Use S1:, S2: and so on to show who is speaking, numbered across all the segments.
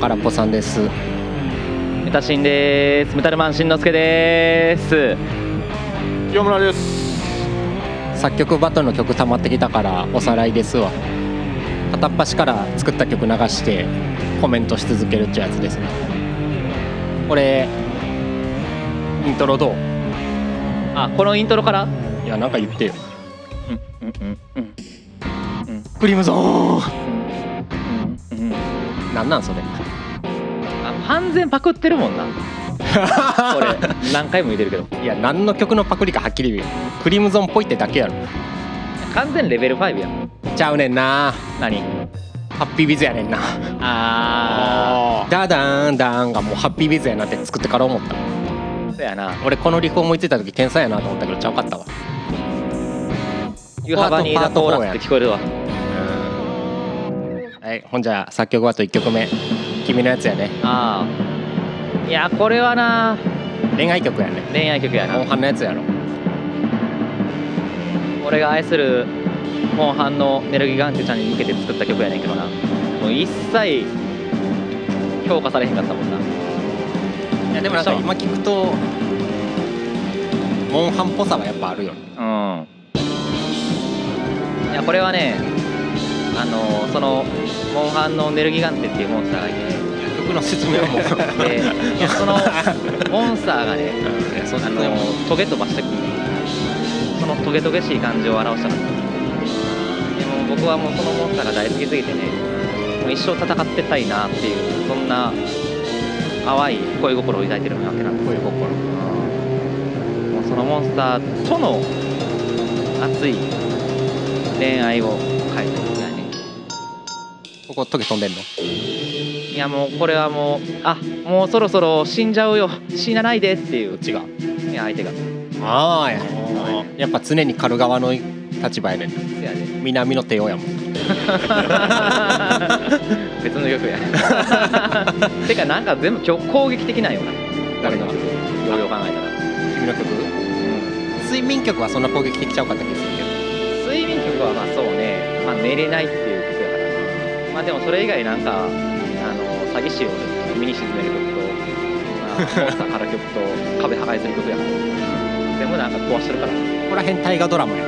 S1: 空っぽさんです
S2: メタシンですメタルマンしんのすけです
S3: 清村です
S1: 作曲バトルの曲溜まってきたからおさらいですわ片っ端から作った曲流してコメントし続けるってやつですねこれイントロどう
S2: あこのイントロから
S1: いやなんか言ってよ
S2: うんうんうんうん
S1: クリムゾー
S2: うんうん
S1: ン
S2: うん
S1: なんなんそれ
S2: あ完全パクってるも んなこれ何回も言ってるけど
S1: いや何の曲のパクリかはっきり言うよクリムゾンっぽいってだけやろ
S2: 完全レベル5やん
S1: ちゃうねんな
S2: 何
S1: ハッピービズやねんな
S2: あ
S1: ダダーンダーンがもうハッピービズやなって作ってから思った
S2: ーそうやな
S1: 俺このリフ思いついた時天才やなと思ったけどちゃうかったわ
S2: 湯幅に
S1: パー
S2: だ
S1: ト
S2: コー
S1: 4
S2: ラスって聞こえるわ
S1: はいほんじゃあ作曲はと1曲目君のやつやね
S2: ああいやこれはな
S1: 恋愛曲やね
S2: 恋愛曲や
S1: モン
S2: な
S1: ハンのやつやろ
S2: 俺が愛するモンハンのネルギガンチュちゃんに向けて作った曲やねんけどなもう一切評価されへんかったもんない
S1: やでもなんか今聞くとモンハンっぽさはやっぱあるよね
S2: うんいやこれはねあのそのモンハンのネルギガンテっていうモンスターがいて
S1: 曲の説明はもう
S2: でいやそのモンスターがね
S1: そ
S2: あ
S1: ん
S2: の
S1: な
S2: トゲ飛ばしてくるそのトゲトゲしい感じを表したかったでも僕はもうこのモンスターが大好きすぎてねもう一生戦ってたいなっていうそんな淡い恋心を抱いてるわけなんです
S1: 恋心
S2: もうそのモンスターとの熱い恋愛を書いたみたいね
S1: ここ時飛んでんの
S2: いやもうこれはもうあもうそろそろ死んじゃうよ死なないでっていう
S1: どっちが
S2: いや相手がせ
S1: ああややっぱ常に狩る側の立場やねん
S2: やで
S1: 南の帝王やもん
S2: 別の 曲やてかなんか全部きょ攻撃的なんよな
S1: 誰
S2: 俺
S1: の
S2: の
S1: 曲
S2: 曲ようよう考えたら
S1: 君の曲睡眠曲はそんな攻撃的ちゃうかった気がするけど
S2: 睡眠曲はまあそうね、まあ、寝れないっていう曲やからなまあでもそれ以外なんかあの詐欺師を海に沈める曲と、まあ、モンスターから曲と 壁破壊する曲やから全部なんか壊してるから
S1: ここら辺大河ドラマや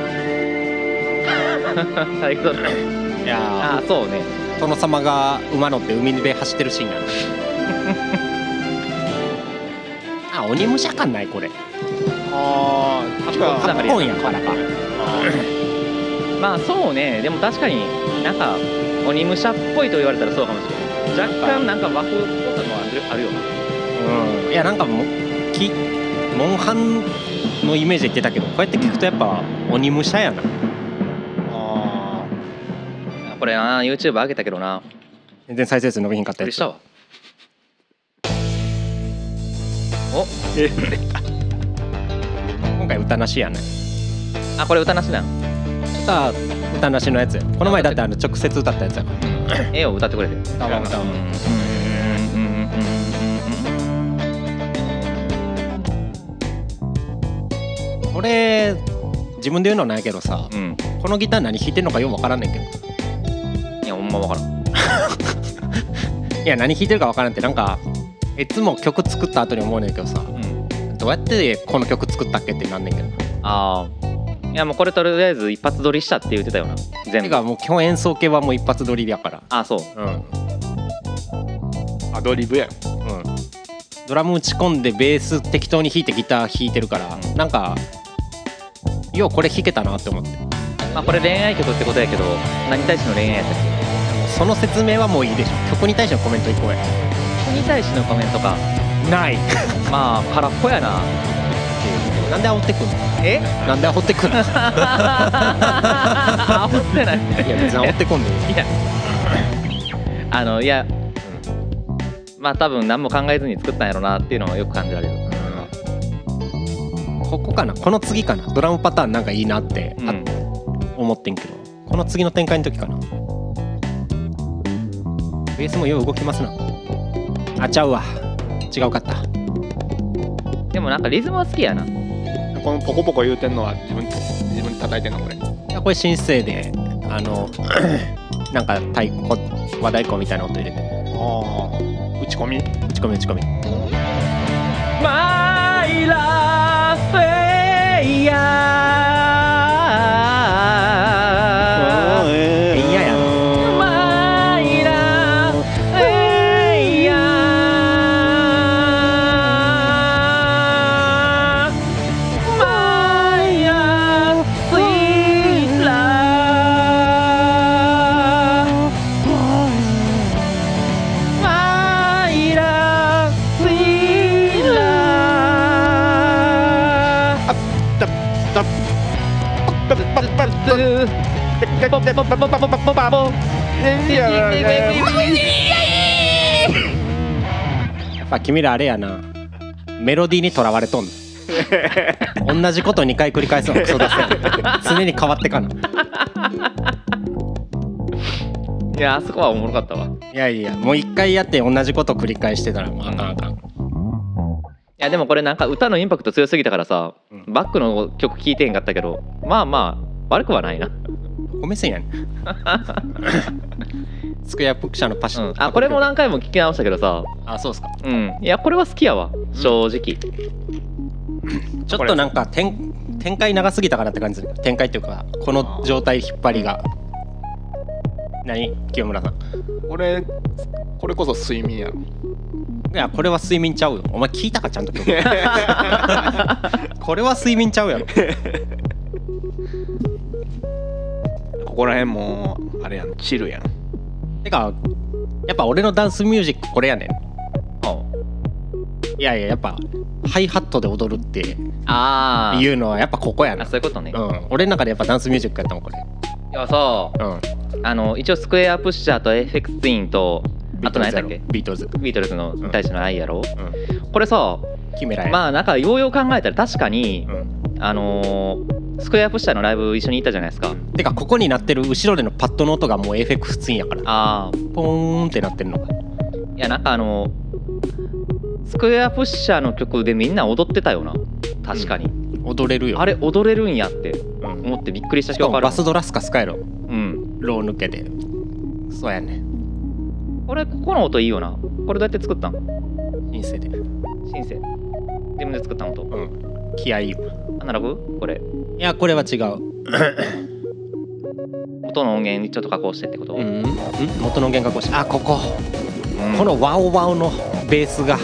S2: 最高だね
S1: いや
S2: ああそうね
S1: ー殿様が馬乗って海辺走ってるシーン やなあ鬼武者感ないこれ
S3: あー
S2: じゃあ
S1: カッコンやからか
S2: まあそうねでも確かになんか鬼武者っぽいと言われたらそうかもしれない若干なんか和風っぽさもあるあるよな
S1: うんいやなんかもうきモンハンのイメージで言ってたけどこうやって聞くとやっぱ鬼武者やな
S3: あ
S2: これな YouTube 上げたけどな
S1: 全然再生数伸びひんかっ
S2: び
S1: た
S2: っ
S1: や
S2: くり
S1: つ
S2: したわお
S1: 今回歌なしやな
S2: あこれ歌なしだ
S1: 歌歌なしのやつこの前だってあの直接歌ったやつやから
S2: 絵を歌ってくれて
S1: 歌は歌は俺自分で言うのはないけどさ
S2: うん
S1: このギター何弾いてんのかよくわからんねんけど
S2: いやほんまわからん
S1: いや何弾いてるかわからんってなんかいつも曲作った後に思うねんけどさどうやってこの曲作ったっけってなんねんけど
S2: ああいやもうこれとりあえず一発撮りしたって言ってたよな
S1: て
S2: 全部
S1: かもう基本演奏系はもう一発撮りやから
S2: あそう
S1: うんうん
S3: ーアドリブやん
S1: ドラム打ち込んでベース適当に弾いてギター弾いてるからなんかようこれ弾けたなって思って
S2: まあこれ恋愛曲ってことやけど何に対しての恋愛やったっけ
S1: その説明はもういいでしょ曲に対してのコメント1個や
S2: に対してのコメントか
S1: ない
S2: まあ空っぽやな
S1: なんで煽ってくんの
S2: え
S1: なんで煽って くんのい
S2: 煽ってない
S1: や別に煽ってこんでいい
S2: いやあのいや、まあ多分何も考えずに作ったんやろなっていうのはよく感じられる、
S1: ここかなこの次かなドラムパターンなんかいいなって、あ
S2: うん
S1: 思ってんけどこの次の展開の時かなベースもよう動きますなあちゃうわ違うかった
S2: でもなんかリズムは好きやな
S3: このポコポコ言うてんのは自分自分で叩いてんのこれ
S1: いやこれ申請で あのなんか太鼓和太鼓みたいな音入れて
S3: あ打ち込み
S1: 打ち込み打ち込み
S2: マイラフェイヤー
S1: えいやや
S2: マイラフェイヤーマイラフェイラーマイラフェイラー
S3: ダダダダダダダダダダダダダダダダいや
S1: やっぱ君らあれやなメロディーにとらわれとんの同じこと2回繰り返すのクソだせ常に変わってかない
S2: いやあそこはおもろかったわい
S1: やいやもう1回やって同じこと繰り返してたらもうあかんあかん
S2: やでもこれなんか歌のインパクト強すぎたからさ、
S1: うん
S2: バックの曲聴いてへんかったけどまあまあ悪くは ないな、
S1: お目線 やねんスクエアプクシャのパシ
S2: うんあこれも何回も聴き直したけどさ
S1: あそうっすか
S2: うんいやこれは好きやわ正直、
S1: ちょっとなんか展展開長すぎたかなって感じする展開というかこの状態引っ張りが何清村さん
S3: これこれこそ睡眠やろ
S1: いやこれは睡眠ちゃうよお前聞いたかちゃんと曲 これは睡眠ちゃうやろ
S3: ここら辺もあれやんチルやん
S1: てかやっぱ俺のダンスミュージックこれやねんいやいややっぱハイハットで踊るってい
S2: ああ
S1: うのはやっぱここや
S2: あ
S1: な
S2: そういうことね、
S1: う
S2: い
S1: ん俺の中でやっぱダンスミュージックやったもんこれ
S2: やそ
S1: うん
S2: うあの一応スクエアプッシャーと FX ツインとあと何やったっけ
S1: ビートルズやろ
S2: ビートルズの「大地の愛」やろ、
S1: ビートルズ
S2: これさ
S1: うんキメラや
S2: まあなんかようよう考えたら確かに、
S1: うん
S2: あのースクエアプッシャーのライブ一緒に行ったじゃないですか、
S1: てかここになってる後ろでのパッドの音がもうエフェクツインやから
S2: ああ
S1: ポーンってなってるのが
S2: いやなんかあのースクエアプッシャーの曲でみんな踊ってたよな確かに、
S1: 踊れるよ
S2: あれ踊れるんやって
S1: うん
S2: 思ってびっくりした
S1: しか
S2: 曲あ
S1: も
S2: る
S1: バスドラスカスカやろ
S2: うん
S1: ロー抜けでそうやね
S2: これここの音いいよなこれどうやって作ったん
S1: 人生で
S2: シンセ自分で作ったの音
S1: うん気合いいわ
S2: アナログこれ
S1: いやこれは違う
S2: 音の音源ちょっと加工してってこと、
S1: うん、元の弦楽をしてあここ、
S2: うん
S1: このワオワオのベースが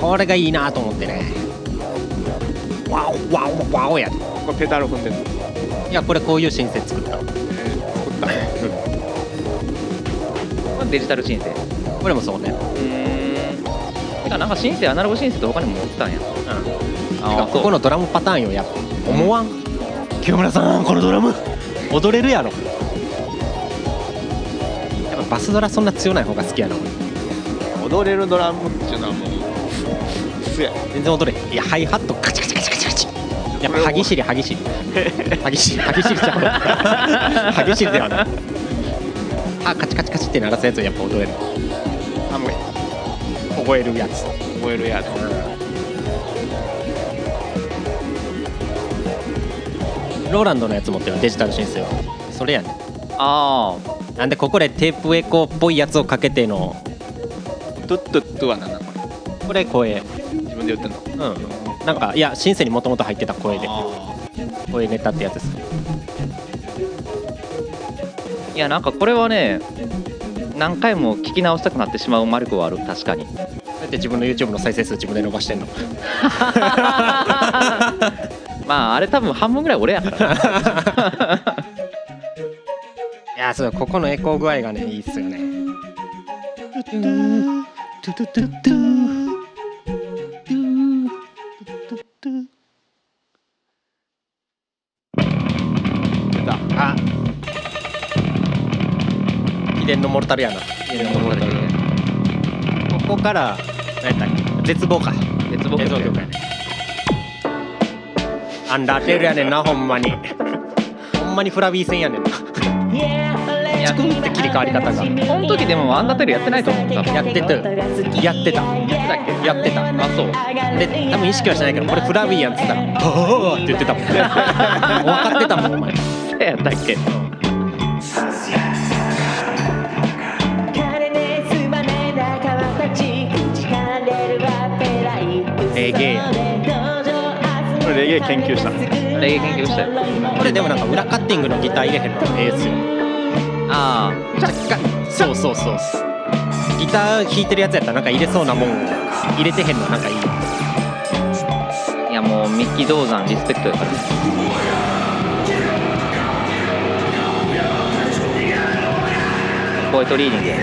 S1: これがいいなと思ってねワオワオワオやで
S3: これペダル踏んでる
S1: いやこれこういうシンセ作った
S3: 作った
S2: これデジタルシンセ
S1: これもそうね
S2: うんてかなんかシンセアナログシンセって他にも持ってたんや
S1: て
S2: あ
S1: か
S2: あ
S1: ここのドラムパターンよやっぱ思わん清村さんこのドラム踊れるやろやっぱバスドラそんな強ない方が好きやな俺
S3: 踊れるドラムっていうのはもうすや
S1: 全然踊れへんいやハイハットカチカチカチカチカチやっぱ歯ぎしり歯ぎしり歯ぎしり歯ぎしりちゃう歯ぎしりではない歯カチカチカチって鳴らすやつやっぱ踊れる
S3: あもう
S1: 凍えるやつ
S3: 燃えるやつ
S1: ローランドのやつ持ってるデジタル申請はそれやね
S2: ああ
S1: なんでここでテープエコーっぽいやつをかけての
S3: ドゥッドゥッドゥは何なのこ
S1: これ声
S3: れ自分で言ってんの
S1: うんなんかいやシンセにもともと入ってた声で
S3: あ
S1: 声ネタってやつです
S2: いやなんかこれはね何回も聞き直したくなってしまうマルコはある確かに
S1: だって自分の YouTube の再生数自分で伸ばしてんの
S2: まああれ多分半分ぐらい俺やから
S1: いやそうここのエコー具合がねいいっすよね
S3: 出た
S1: あ秘伝のモルタルやな
S2: 伝のモルタル
S1: ここから何やったっけ絶望か
S2: 絶望
S1: 絶望
S2: 曲
S1: 曲やねアンダーテールやねんなほんまにほんまにフラビー戦やねんなチクンって切り替わり方が
S2: この時でもアンダーテールやってないと思う多分
S1: やってたやってた
S2: だっけ
S1: やってた
S2: あそう
S1: で多分意識はしてないけどこれフラビーやんっつったら「ボー!」って言ってた もん分かってたもんお前
S2: そうやったっけ
S4: 金ねすまね仲間たち
S3: レゲエやこれレゲエ研究したの
S2: レゲエ研究したよ
S1: これでもなんか裏カッティングのギター入れへんのええっすよ
S2: あ
S1: そうそうそうっすギター弾いてるやつやったらなんか入れそうなもん入れてへんのなんかいい
S2: あいやもうミッキー銅山リスペクトやからポエトリーディングや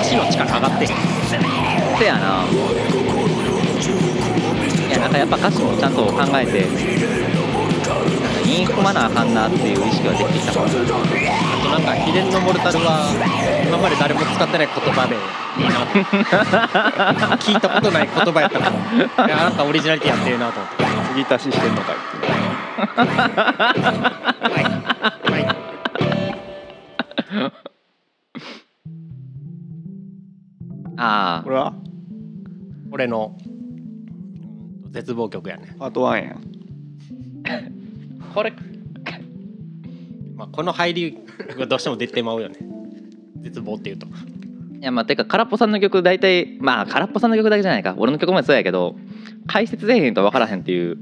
S1: 足の力上がってへん
S2: せやないやなんかやっぱ歌詞もちゃんと考えてなんかインフマなあかんなっていう意識はできてきたから
S1: あとなんか秘伝のモルタルは今まで誰も使ってない言葉 でいいなって聞いたことない言葉やった からいやなんかオリジナリティやってるなと思って
S3: 継ぎ足ししてんのかい
S2: あ
S3: これは
S1: 俺のうん絶望曲やね、
S3: パート1やん
S2: あこれ
S1: まあ、この入りがどうしても出てまうよね絶望っていうと
S2: いやまあてか空っぽさんの曲大体まあ空っぽさんの曲だけじゃないか俺の曲もそうやけど解説せえへんと分からへんっていう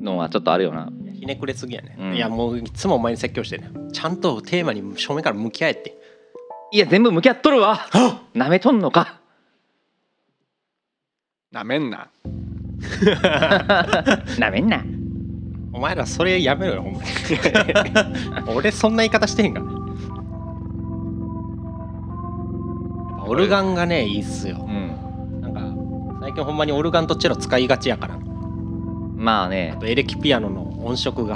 S2: のはちょっとあるよな
S1: ひねくれすぎやね、
S2: うん
S1: いやもういつもお前に説教してねちゃんとテーマに正面から向き合えって
S2: いや全部向き合っとるわなめとんの か
S3: なめんな
S2: なめんな
S1: お前らそれやめろよほんまに 俺そんな言い方してへんからやっぱオルガンがねいいっすよ
S2: うん
S1: なんか最近ほんまにオルガンとチェロ使いがちやから
S2: まあ
S1: あ
S2: ね
S1: とエレキピアノの音色が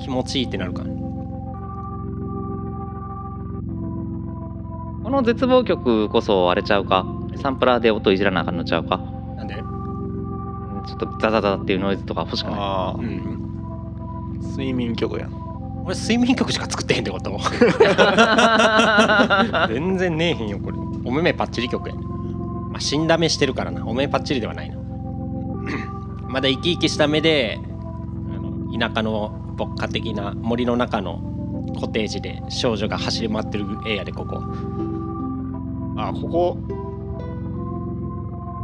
S1: 気持ちいいってなるから
S2: この絶望曲こそあれちゃうかサンプラーで音いじらなあかんのちゃうか
S1: なんで
S2: ちょっとザザザっていうノイズとか欲しく ない
S3: あ
S1: う
S3: ー
S1: ん
S3: 睡眠曲やん
S1: 俺睡眠曲しか作ってへんってこと全然ねえへんよこれお目目パッチリ曲やまあ死んだ目してるからなお目目パッチリではないな まだ生き生きした目であの田舎の牧歌的な森の中のコテージで少女が走り回ってる絵やでここ
S3: あここ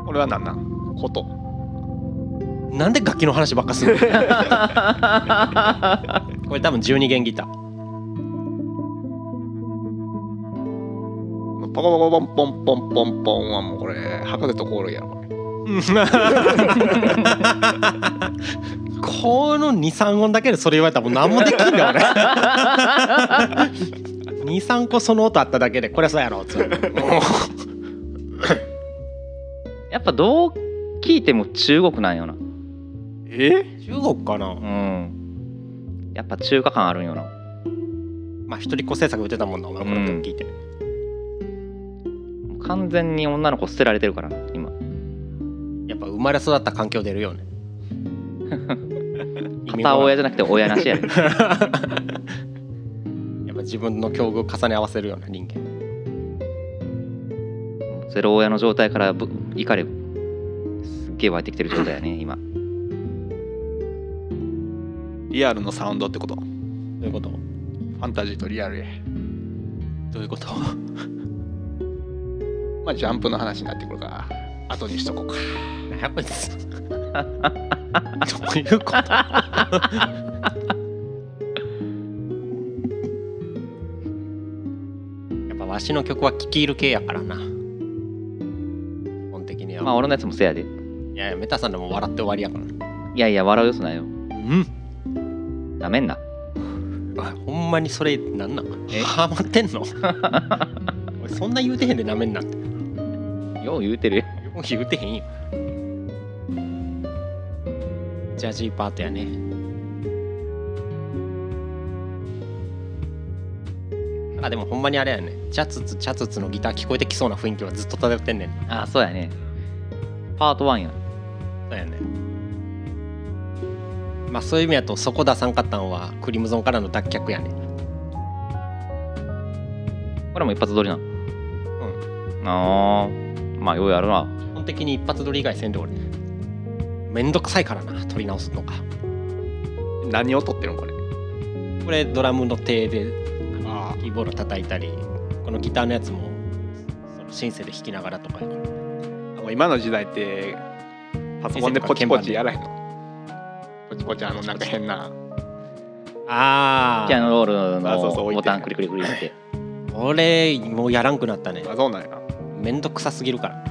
S3: これは何なんこと
S1: なんで楽器の話ばっか するのこれ多分12弦ギター
S3: パコパコポンポンポンポンポンはもうこれ博士とコオロギやろこれ
S1: この23音だけでそれ言われたらもう何もできんだ俺 23個その音あっただけでこれそうやろっつうもう
S2: やっぱどう聞いても中国なんよな
S3: え
S1: 中国かな
S2: うんやっぱ中華感あるんよな
S1: まあ一人っ子政策打てたもんなお前この曲聞いて、
S2: 完全に女の子捨てられてるからな今
S1: やっぱ生まれ育った環境出るよ ね意味
S2: 片
S1: もな
S2: 親
S1: い
S2: じゃなくて親なし やで
S1: やっぱ自分の境遇重ね合わせるような人間
S2: ゼロ親の状態からぶ怒りすっげえ湧いてきてる状態やね今
S3: リアルのサウンドってことフ
S1: どういうこと
S3: ァンタジーとリアルへ
S1: どういうこと
S3: まあジャンプの話になってくるから後にしとこうか
S1: やっぱりどういうこと やっぱわしの曲は聴き入る系やからな基本的には、
S2: まあ俺のやつもせやで
S1: いやいやメタさんでも笑って終わりやからない
S2: やいや笑うよそないよ
S1: うん
S2: なめんな
S1: ほんまにそれなんなんハマってん の俺そんな言うてへんでなめんなってよ
S2: よう言うてる よ
S1: う言うてへんよジャジーパートやねなんかでもほんまにあれやねチャツツチャツツのギター聞こえてきそうな雰囲気はずっと漂ってんねん
S2: ああそうやねパート1や
S1: そうやねまあそういう意味だとそこ出さんかったんはクリムゾンからの脱却やね
S2: これも一発撮りなうんああまあようやるな
S1: 基本的に一発撮り以外せんで俺めんどくさいからな撮り直すのが
S3: 何を撮ってるのこれ
S1: これドラムの手であの
S3: あー
S1: キーボード叩いたりこのギターのやつもそのシンセで弾きながらとかやから
S3: もう今の時代ってパソコンでポチポチやらへんのポチポチあのなんか変な
S1: あ
S2: ピアノロール
S3: あそうそ
S2: の
S3: う置いて
S2: ボタンクリクリクリって
S1: 俺もうやらんくなったね
S3: あそうなんや
S1: めんどくさすぎるからな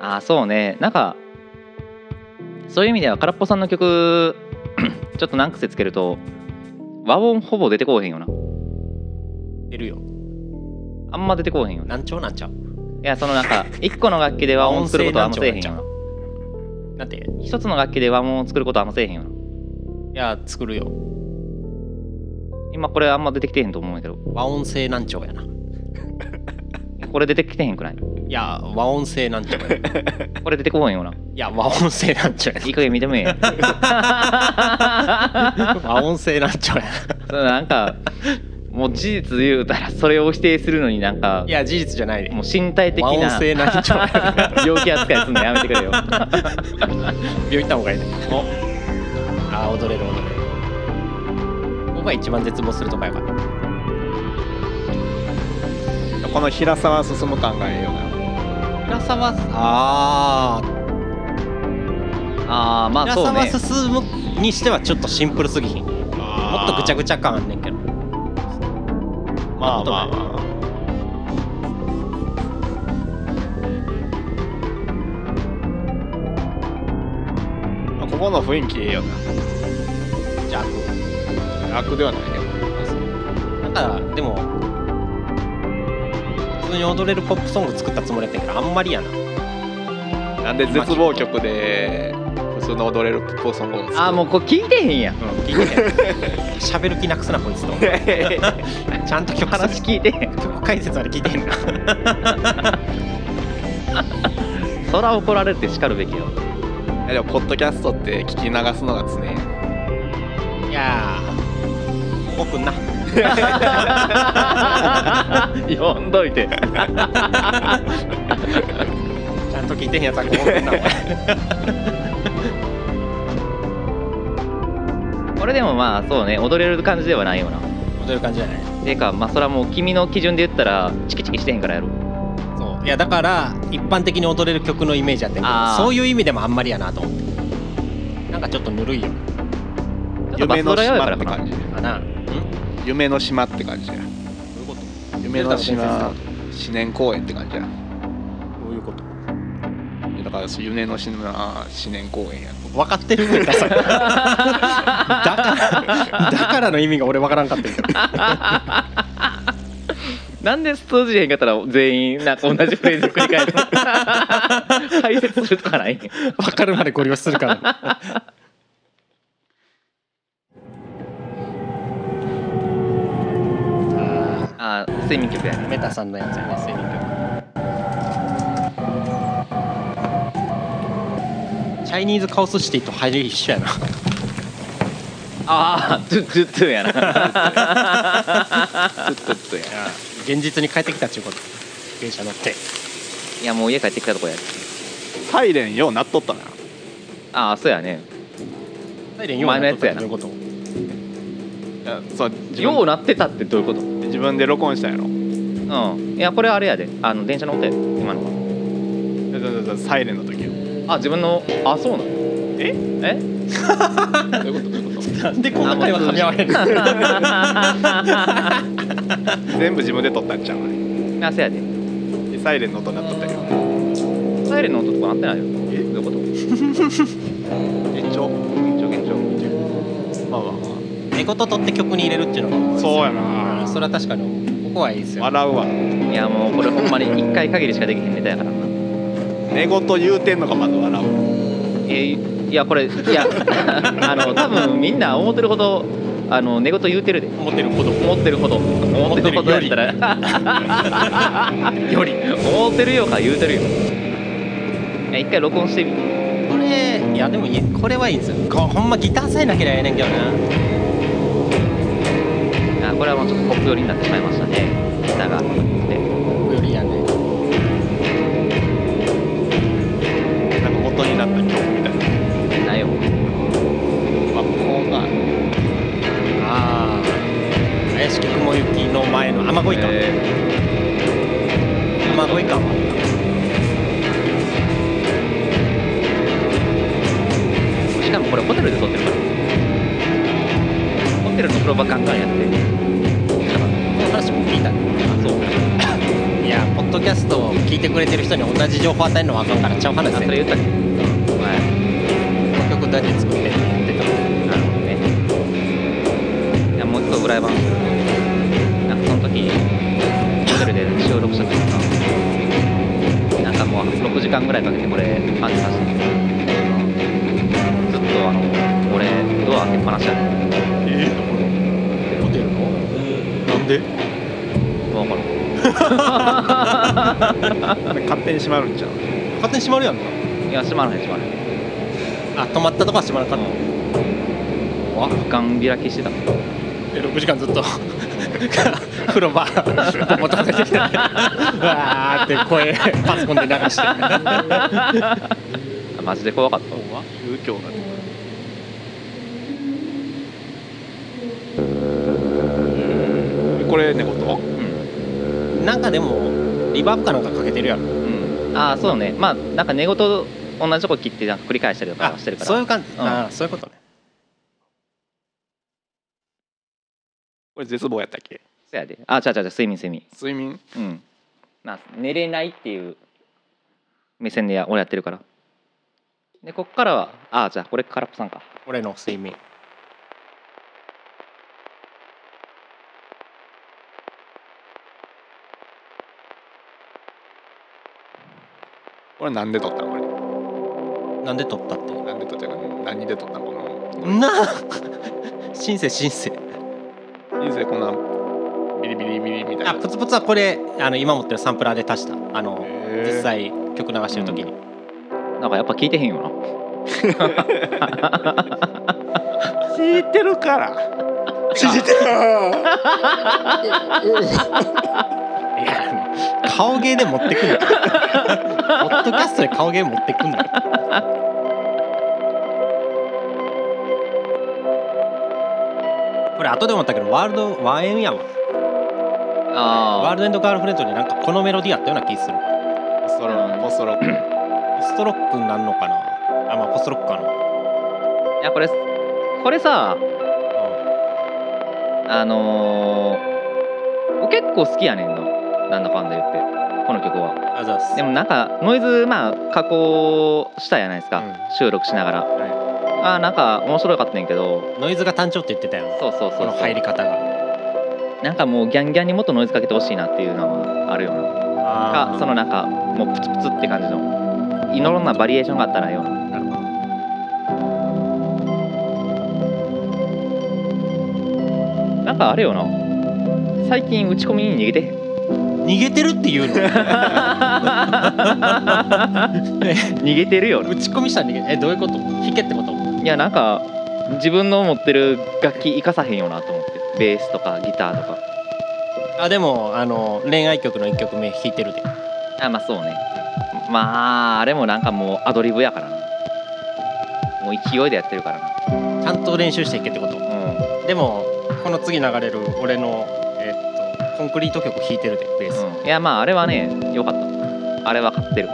S2: ああそうねなんかそういう意味では空っぽさんの曲 ちょっと何癖つけると和音ほぼ出てこうへんよな
S1: 出るよ
S2: あんま出てこうへんよな
S1: 難聴なんちゃう
S2: いやそのなんか一個の楽器で和音作ることはあんませえへんよ
S1: な
S2: な
S1: んてい
S2: 一つの楽器で和音を作ることはあんませえへんよな
S1: や作るよ
S2: 今これあんま出てきてへんと思うんやけど
S1: 和音性難聴やない
S2: これ出てきてへんくない
S1: や和音性難聴やない
S2: これ出てこうへんよない
S1: や和音性難聴や
S2: いい加減見てもえ えやん
S1: な和音性難聴やな
S2: そうなんかもう事実言うたらそれを否定するのになんか
S1: いや事実じゃないで
S2: もう身体的
S1: 和音
S2: な
S1: 性難聴やな
S2: 病気扱いすんのやめてく れよ
S1: 病院行った方がいいねああ踊れる踊れるここが一番絶望するとこやから
S3: この平沢進む感がええよな
S1: 平沢ああ
S2: ああまあ
S1: 平
S2: そう
S1: 沢
S2: ね
S1: 進むにしてはちょっとシンプルすぎひんもっとぐちゃぐちゃ感あんねんけど
S3: まあまあ
S1: もっとね
S3: まあまあここの雰囲気ええよな
S1: じゃあ
S3: 楽ではないけど
S1: なんかでも普通に踊れるポップソング作ったつもりやったんやけどあんまりやな
S3: なんで絶望曲で普通の踊れるポップソングを作る
S2: あーもうこれ聞いてへんやん
S1: うん聞いてへん喋る気なくすなこいつとちゃんと曲
S2: 話
S1: 説
S2: 聞いてへん
S1: 曲解説あれ聞いてへんな
S2: そら怒られるって叱るべきよ
S3: いやでもポッドキャストって聞き流すのが常や
S1: いやー僕な
S2: 呼んどいて
S1: ちゃんと聞いてへんやつはこぼれ んなお前
S2: これでもまあそうね踊れる感じではないよな
S1: 踊れる感じじゃない
S2: ていうかまあそれはもう君の基準で言ったらチキチキしてへんからやろ
S1: そういやだから一般的に踊れる曲のイメージやってんけ
S2: あ
S1: ど
S2: ー
S1: そういう意味でもあんまりやなと思ってなんかちょっとぬるいよ
S2: ちょっとバ
S3: 夢
S2: スド
S3: の
S2: ラや
S3: 島
S2: から
S3: って
S2: かな
S3: 感じ
S1: かなうんどう
S3: 夢の島って感じや
S1: いうこと
S3: 夢の島思念公園って感じや
S1: どういうこと
S3: だから夢の島思念公園や
S1: 分かってるんだそれだからだからの意味が俺分からんかったんやけど
S2: なんで通じへんかったら全員なんか同じフレーズ繰り返す 解説するとかない
S1: 分かるまでご利用するからあ
S2: あー睡眠曲やね
S1: ーメタさんのやつやね睡眠曲チャイニーズカオスシティと入り一緒やな
S2: ああトゥトゥトゥ やな
S3: ちょっとや
S1: 現実に帰ってきたっちゅうこと電車乗って
S2: いやもう家帰ってきたとこや
S3: サイレンようなっとったな
S2: ああそうやね
S1: サイレン
S2: お前のやつやな
S1: どういうこと
S3: いやそう自
S2: よう
S3: 分
S2: なってたってどういうこと
S3: 自分で録音したんやろ
S2: うんいやこれあれやであの電車の音やで今のはい
S3: やそうそうそうサイレンの時よ
S2: あ自分のあそうなの
S3: え
S2: え
S3: どういうことどういうこ
S1: なんでこんな会話噛み合われんの
S3: と全部自分で撮ったんちゃうの ね
S2: あそうやで
S3: でサイレンの音なっとったけど
S2: サイレンの音とかなってないよえどういうこと
S3: 延長
S2: 現状現状
S3: まあまあま
S1: 寝言取って曲に入れるっていうの
S3: あ
S1: が
S3: そうや
S1: あー
S3: な
S1: それは確かにここはいいですよ
S3: 笑うわ
S2: いやもうこれほんまに一回限りしかできへんネタやからな
S3: 寝言言うてんのがまず笑う
S2: えーいやこれいや あの多分みんな思ってるほどあの寝言言うてるで
S1: 思ってるほど
S2: 思ってるほど思ってるほどやったら より思ってるよか言うてるよいや一回録音してみ
S1: これいやでもいいこれはいいんですよこほんまギターさえなけりゃええねんけどな
S2: あこれはもうちょっとポップ寄りになってしまいましたねギターがで
S1: 僕よりやね林菊もゆきの前の雨乞いか、
S2: え
S1: 雨乞いかは
S2: ーしかもこれホテルで撮ってるからホテルの風呂場ガンガンやって
S1: この話も聞いた
S2: あそう
S1: いやポッドキャストを聞いてくれてる人に同じ情報与えるのはあかんからちゃう話
S2: あ
S1: せ
S2: それ言
S1: ん
S2: ったっけはい
S1: 曲だけ作ってって言ってた
S2: なるほどねいやもう一個裏番なんかその時ホテルで収録した時とかなんかもう6時間ぐらいかけてこれパンチさせてずっとあの俺ドア開けっぱなしだった
S3: え
S1: ホテルの
S3: なんで
S2: わかる
S3: 勝手に閉まるんじゃん
S1: 勝手に閉まるやんか
S2: いや閉まらへん閉まらへん
S1: あ止まったとこは閉まらなかっ
S2: わガン開きしてた
S1: た6時間ずっと風呂場ボコボコかけてきたわーって声パソコンで流して
S2: マジで怖かった
S3: 右京なんでこれ猫と
S2: う
S1: なんかでもリバーブかなんかかけてるやろ
S2: ん、うん、ああそうねまあなんか寝言同じとこ切ってなんか繰り返したりとかしてるから
S1: そういう感じ、
S2: うん
S1: あそういうことね
S3: これ絶望やったっけ
S2: そうやであ違う違う違う睡眠睡眠
S3: 睡眠
S2: うんまあ寝れないっていう目線でや俺やってるからでこっからはああじゃあこれ空っぽさんか
S1: 俺の睡眠
S3: これなんで撮ったのこれ
S1: なんで撮ったって
S3: なんで撮ったか何で撮ったのこの
S1: なあ シンセシンセ
S3: 人生こんなビリビリビリみたい
S1: あ
S3: な
S1: プツプツはこれあの今持ってるサンプラーで足したあの
S3: へー
S1: 実際曲流してる時に、
S2: なんかやっぱ聞いてへんよな
S3: 聞いてるから聞いてる
S1: いやあの顔芸で持ってくんだポッドキャストで顔芸持ってくんだこれ後で思ったけどワールドワエンやわワー
S2: あ
S1: ルドエンドガールフレンドになんかこのメロディーあったような気する
S3: ポストロックポストロック
S1: ポストロックになるのかなあまあポストロックかな
S2: あいやこれこれさあのー、結構好きやねんななんだかんだ言ってこの曲は
S1: ありがとうございます
S2: でもなんかノイズまあ加工したじゃないですか、
S1: うん
S2: 収録しながら、あーなんか面白かったねんけど
S1: ノイズが単調って言ってたよ
S2: そうそうそう
S1: この入り方が
S2: なんかもうギャンギャンにもっとノイズかけてほしいなっていうのはあるよな
S1: あ
S2: か
S1: ー
S2: そのなんかもうプツプツって感じのいろんなバリエーションがあったらいいよな
S1: なるほど
S2: なんかあれよな最近打ち込みに逃げ て
S1: 逃げてるっていうの
S2: 逃げてるよな
S1: 打ち込みしたら逃げえどういうこと弾けってこと
S2: いやなんか自分の持ってる楽器生かさへんよなと思ってベースとかギターとか
S1: あでもあの恋愛曲の1曲目弾いてるで
S2: あまあそうねまああれもなんかもうアドリブやからなもう勢いでやってるからな
S1: ちゃんと練習していけってこと
S2: う
S1: でもこの次流れる俺のえっとコンクリート曲弾いてるでベース、
S2: ん、うん、いやまああれはね良かったあれは買ってるう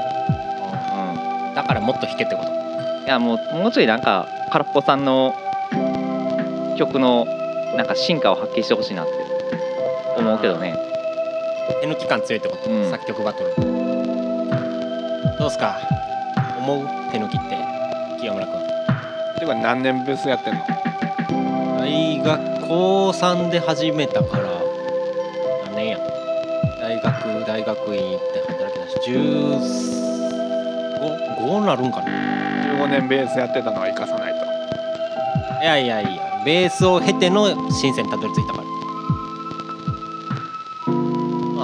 S2: ん
S1: だからもっと弾けってこと
S2: いやもうもうちょいなんか空っぽさんの曲のなんか進化を発揮してほしいなって思うけどね
S1: 手抜き感強いってこと、
S2: うん
S1: 作曲バトルどうすか思う手抜きって清村君
S3: てか何年ベースやってんの
S1: 大学高3で始めたから何年や大学大学院行って働きだし15になるんかな
S3: 15年ベースやってたのは生かさないと
S1: いやいやいやベースを経てのシンセにたどり着いたから、
S3: ま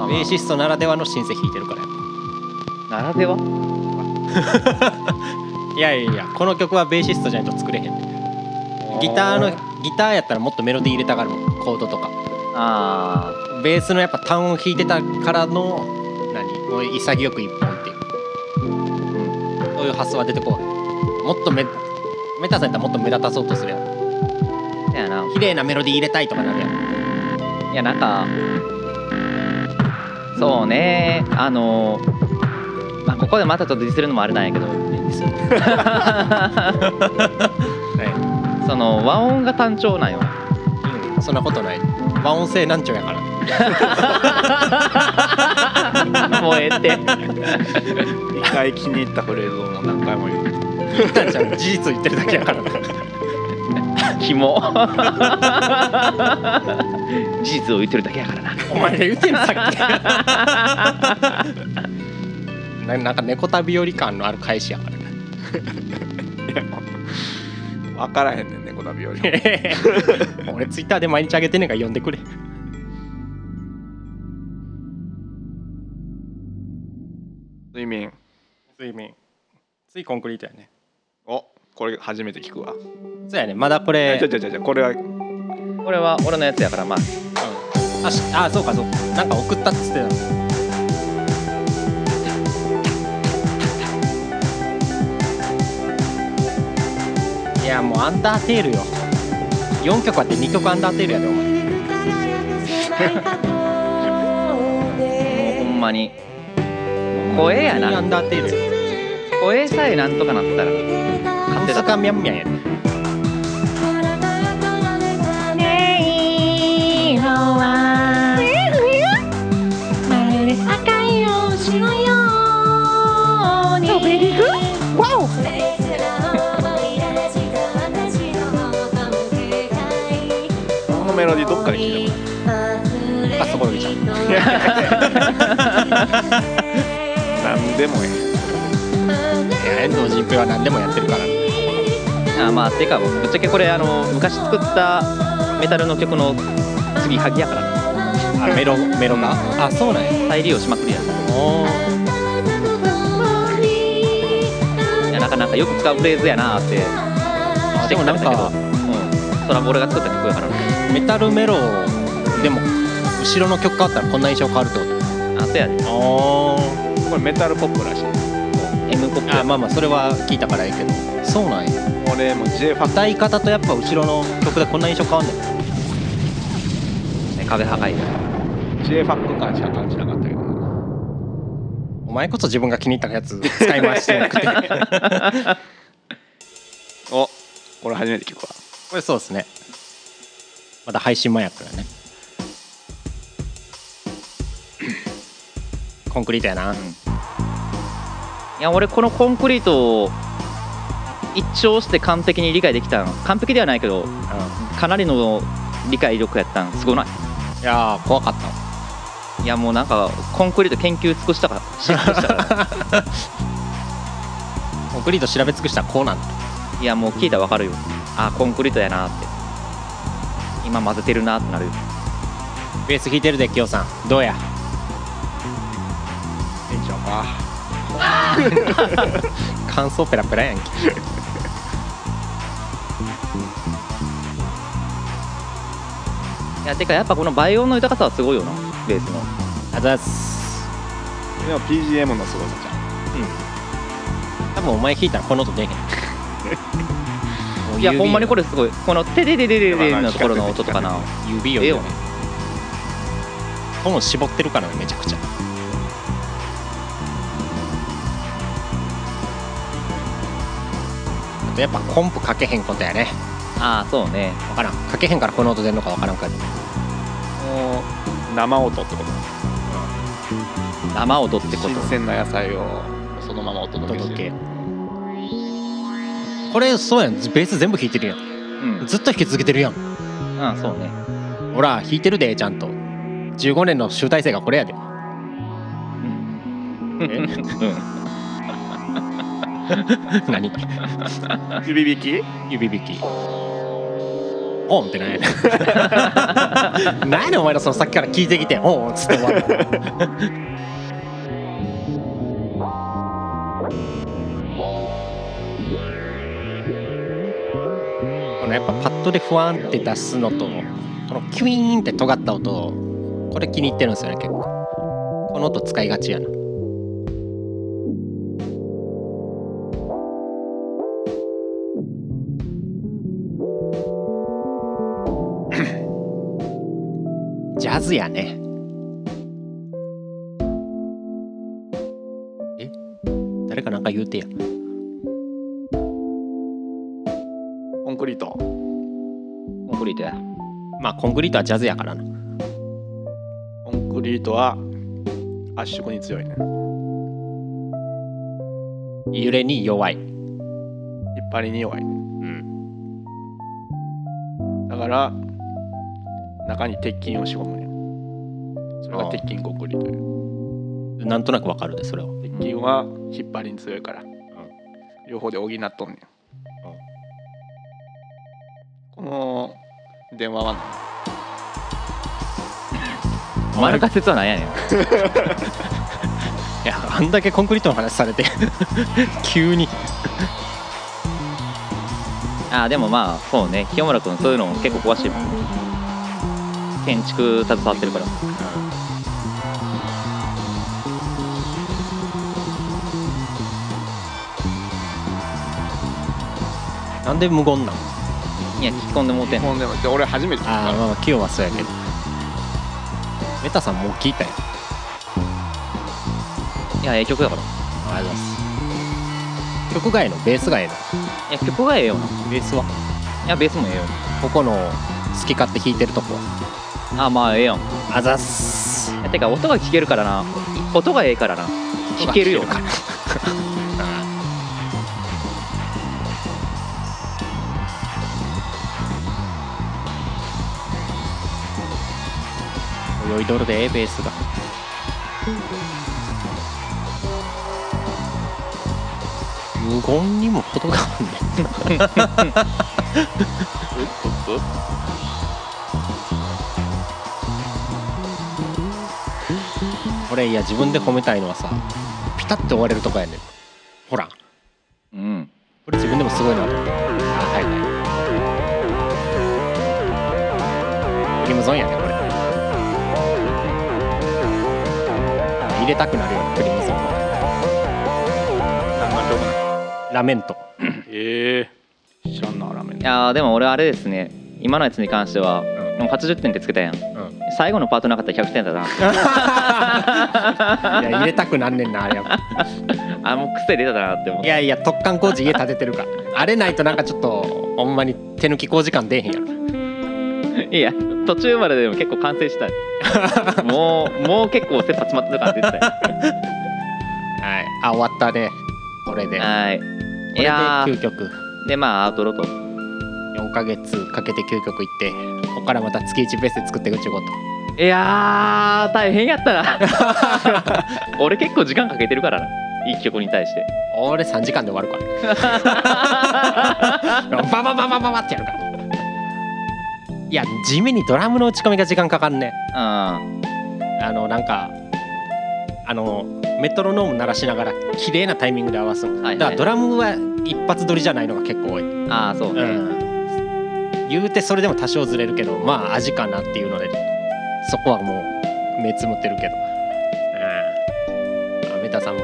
S3: あ
S1: ベ
S3: まあ
S1: ーシストならではのシンセ弾いてるからや
S2: ならではい
S1: やいやいやこの曲はベーシストじゃないと作れへんねギターのギターやったらもっとメロディー入れたがるもんコードとか
S2: あ
S1: ベースのやっぱ単音弾いてたからの何もう潔く一本っていう
S2: ーうん
S1: そういう発想は出てこないもっとめメタさんやったらもっと目立たそうとするやん
S2: そやな
S1: 綺麗なメロディー入れたいとかなるやん
S2: いいやなんかそうねあのまあここでまたちょっとディスるのもあれなんやけど
S1: は
S2: その和音が単調なんよ
S1: い、うん、そんなことない和音性なんちゅうやから
S2: 燃えて
S3: 一回気に入ったフレーズをもう何回も言う
S1: なんちゃう事実言ってるだけやから
S2: 肝 事実を言ってるだけやからな
S1: お前が言うてんのさっき ななんか猫旅より感のある返しや からな
S3: 分からへんねん猫旅よ りも
S1: 俺ツイッターで毎日あげてんねんから読んでくれ
S3: 睡眠
S1: 睡眠ついコンクリートやね
S3: おこれ初めて聞くわ
S1: そうやねまだこ
S3: え
S1: れ
S3: じゃじゃじゃじゃこれは
S2: これは俺のやつやからまあ
S1: あしあそうかそうかなんか送ったっつってたいやもうアンダーテールよ4曲あって2曲アンダーテールやでお前
S2: もうほんまに声や
S1: ア
S2: な
S1: ンダーテールや
S2: 声さえなんとかなったら勝手だ
S1: 大阪みゃんみゃんやで
S3: このメロディーどっかで聞いたこ
S1: あそこでじゃん
S3: とない何でもええ
S1: いや遠藤仁平は何でもやってるから
S2: あまあてかぶっちゃけこれあの昔作ったメタルの曲の次はぎやから
S1: あメロメロがあそうなんや
S2: 再利用しまくりや
S1: お
S2: いやなかなかよく使うフレーズやなーって
S1: ー
S2: して
S1: で
S2: き
S1: も
S2: た
S1: なんん
S2: だけど
S1: か
S2: うんそれは俺が作った曲やから
S1: メタルメロでも後ろの曲変わったらこんな印象変わるってこと
S2: あそうやで
S1: あ
S3: これメタルポップらしい
S2: M ポップ
S1: あまあまあそれは聞いたからいいけどそうなんや
S3: 俺も j ファ
S1: 歌い方とやっぱ後ろの曲でこんな印象変わんねん
S2: ね壁破壊
S3: j ファック感しか感じなかったけどな
S1: お前こそ自分が気に入ったやつ 使い回してなく て
S3: おこれ初めて聞くわ
S1: これそうですねまだ配信前やからねコンクリートやな、
S2: いや俺このコンクリートを一聴して完璧に理解できたん完璧ではないけど
S1: う
S2: かなりの理解力やったんすごない
S1: ん、いやー怖かった
S2: いやもうなんかコンクリート研究尽くしたから尽くしたから
S1: コンクリート調べ尽くしたらこうなんだ
S2: いやもう聞いたらわかるよあコンクリートやなって今混ぜてるなってなるよ
S1: ベース弾いてるでキヨさんどうや
S3: テンションが
S1: 感想ペラペラやんけ
S2: いやてかやっぱこの倍音の豊かさはすごいよなベースの
S1: あざっす
S3: でも PGM のすごさじゃん
S1: 多分お前弾いたらこの音出 えへんもう
S2: いやほんまにこ
S1: れ
S2: れすごいこの「テレレレレレ」のところの音とかな
S1: 指よ
S2: ええ
S1: り
S2: よ
S1: も
S2: ね
S1: 本絞ってるからねめちゃくちゃあとやっぱコンプかけへんことやね
S2: ああそうね
S1: 分からんかけへんからこの音出んのか分からんから
S3: もう生音ってこと
S2: 生音ってこと
S3: 新鮮な野菜をそのままお届けし
S1: 届
S3: て
S1: け
S3: る
S1: これそうやんベース全部弾いてるやん
S2: うん、
S1: ずっと弾き続けてるやん
S2: うん、そうね
S1: ほら弾いてるでちゃんと15年の集大成がこれやで
S2: うん
S1: え 何
S3: 指引き
S1: 指引きオンってなんやねん 何やねんお前らそのさっきから聞いてきてオンっつって終わる このやっぱパッドでふわんって出すのとこのキュイーンって尖った音これ気に入ってるんですよね結構この音使いがちやなジャズやねえ誰かなんか言うてや
S4: コンクリート
S2: コンクリートや
S1: まあコンクリートはジャズやからな
S4: コンクリートは圧縮に強いね
S1: 揺れに弱い
S4: 引っ張りに弱い
S1: うん
S4: だから中に鉄筋を仕込むねそれが鉄筋コンクリートよ
S1: なんとなくわかるでそれは
S4: 鉄筋は引っ張りに強いから、両方で補っとんねん、この電話はな
S2: お前の仮説は何やねん
S1: いやあんだけコンクリートの話されて 急に
S2: あーでもまあそうね清村君そういうのも結構詳しいもん建築携わってるから
S1: なんで無言なの
S2: いや聞き込んでもうてんの
S4: もうでもで俺初めて聞い
S1: あ
S4: た
S1: あまあまあ清はそうやけどメタさんもう聞いたよ
S2: いやええ曲だから
S1: ありがとうございます曲がええのベースがええの
S2: いや曲がええよな
S1: ベースはい
S2: やベースもええよ
S1: ここの好き勝手弾いてるとこは
S2: あーまあええやんい
S1: あざっす
S2: やてか音が聞けるからな音がええからな聞けるよ
S1: 音が聞けるからうん 泳いどるでベースが無言にも程が あんねこれいや自分で褒めたいのはさピタッて終われるとこやねんほら
S2: うん
S1: これ自分でもすごいなと思ってあはいはいリムゾンやねこれ入れたくなるよねクリムゾンはラメン ト
S4: ええ知らんなラーメン
S2: いやーでも俺あれですね今のやつに関しては、
S1: ん
S2: でも80点ってつけたやん、
S1: ん
S2: 最後のパートなかったら100点だな
S1: いや入れたくなんねんなあれは
S2: あもう癖出たなって思っ
S1: い
S2: て
S1: やいや突貫工事家建ててるからあれないとなんかちょっとほんまに手抜き工事感出えへんやろ
S2: いや途中まででも結構完成した もうもう結構切羽詰まってる感じでしたよ
S1: はいあ終わったねこれで
S2: はい
S1: こ
S2: い
S1: れで
S2: やー
S1: 9曲
S2: でまあアウトロと
S1: 4ヶ月かけて9曲いってここからまた月1ベースで作っていくっちゅうこと
S2: いやー大変やった な俺結構時間かけてるからな一曲 に対して
S1: 俺3時間で終わるからババババババってやるからいや地味にドラムの打ち込みが時間かかんね
S2: うん
S1: あのなんかあのメトロノーム鳴らしながら綺麗なタイミングで合わすの、
S2: いはい
S1: だからドラムは一発撮りじゃないのが結構多い、う
S2: ああそうね、
S1: ん、言うてそれでも多少ずれるけどまあ味かなっていうのでそこはもう目つむってるけど、うん、あメタさんも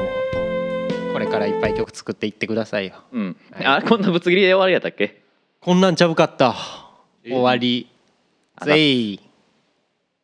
S1: これからいっぱい曲作っていってくださいよ
S2: うん、
S1: はい
S2: あこんなぶつ切りで終わりやったっけ
S1: こんなんちゃうかった。終わり。
S2: あ
S1: ぜい。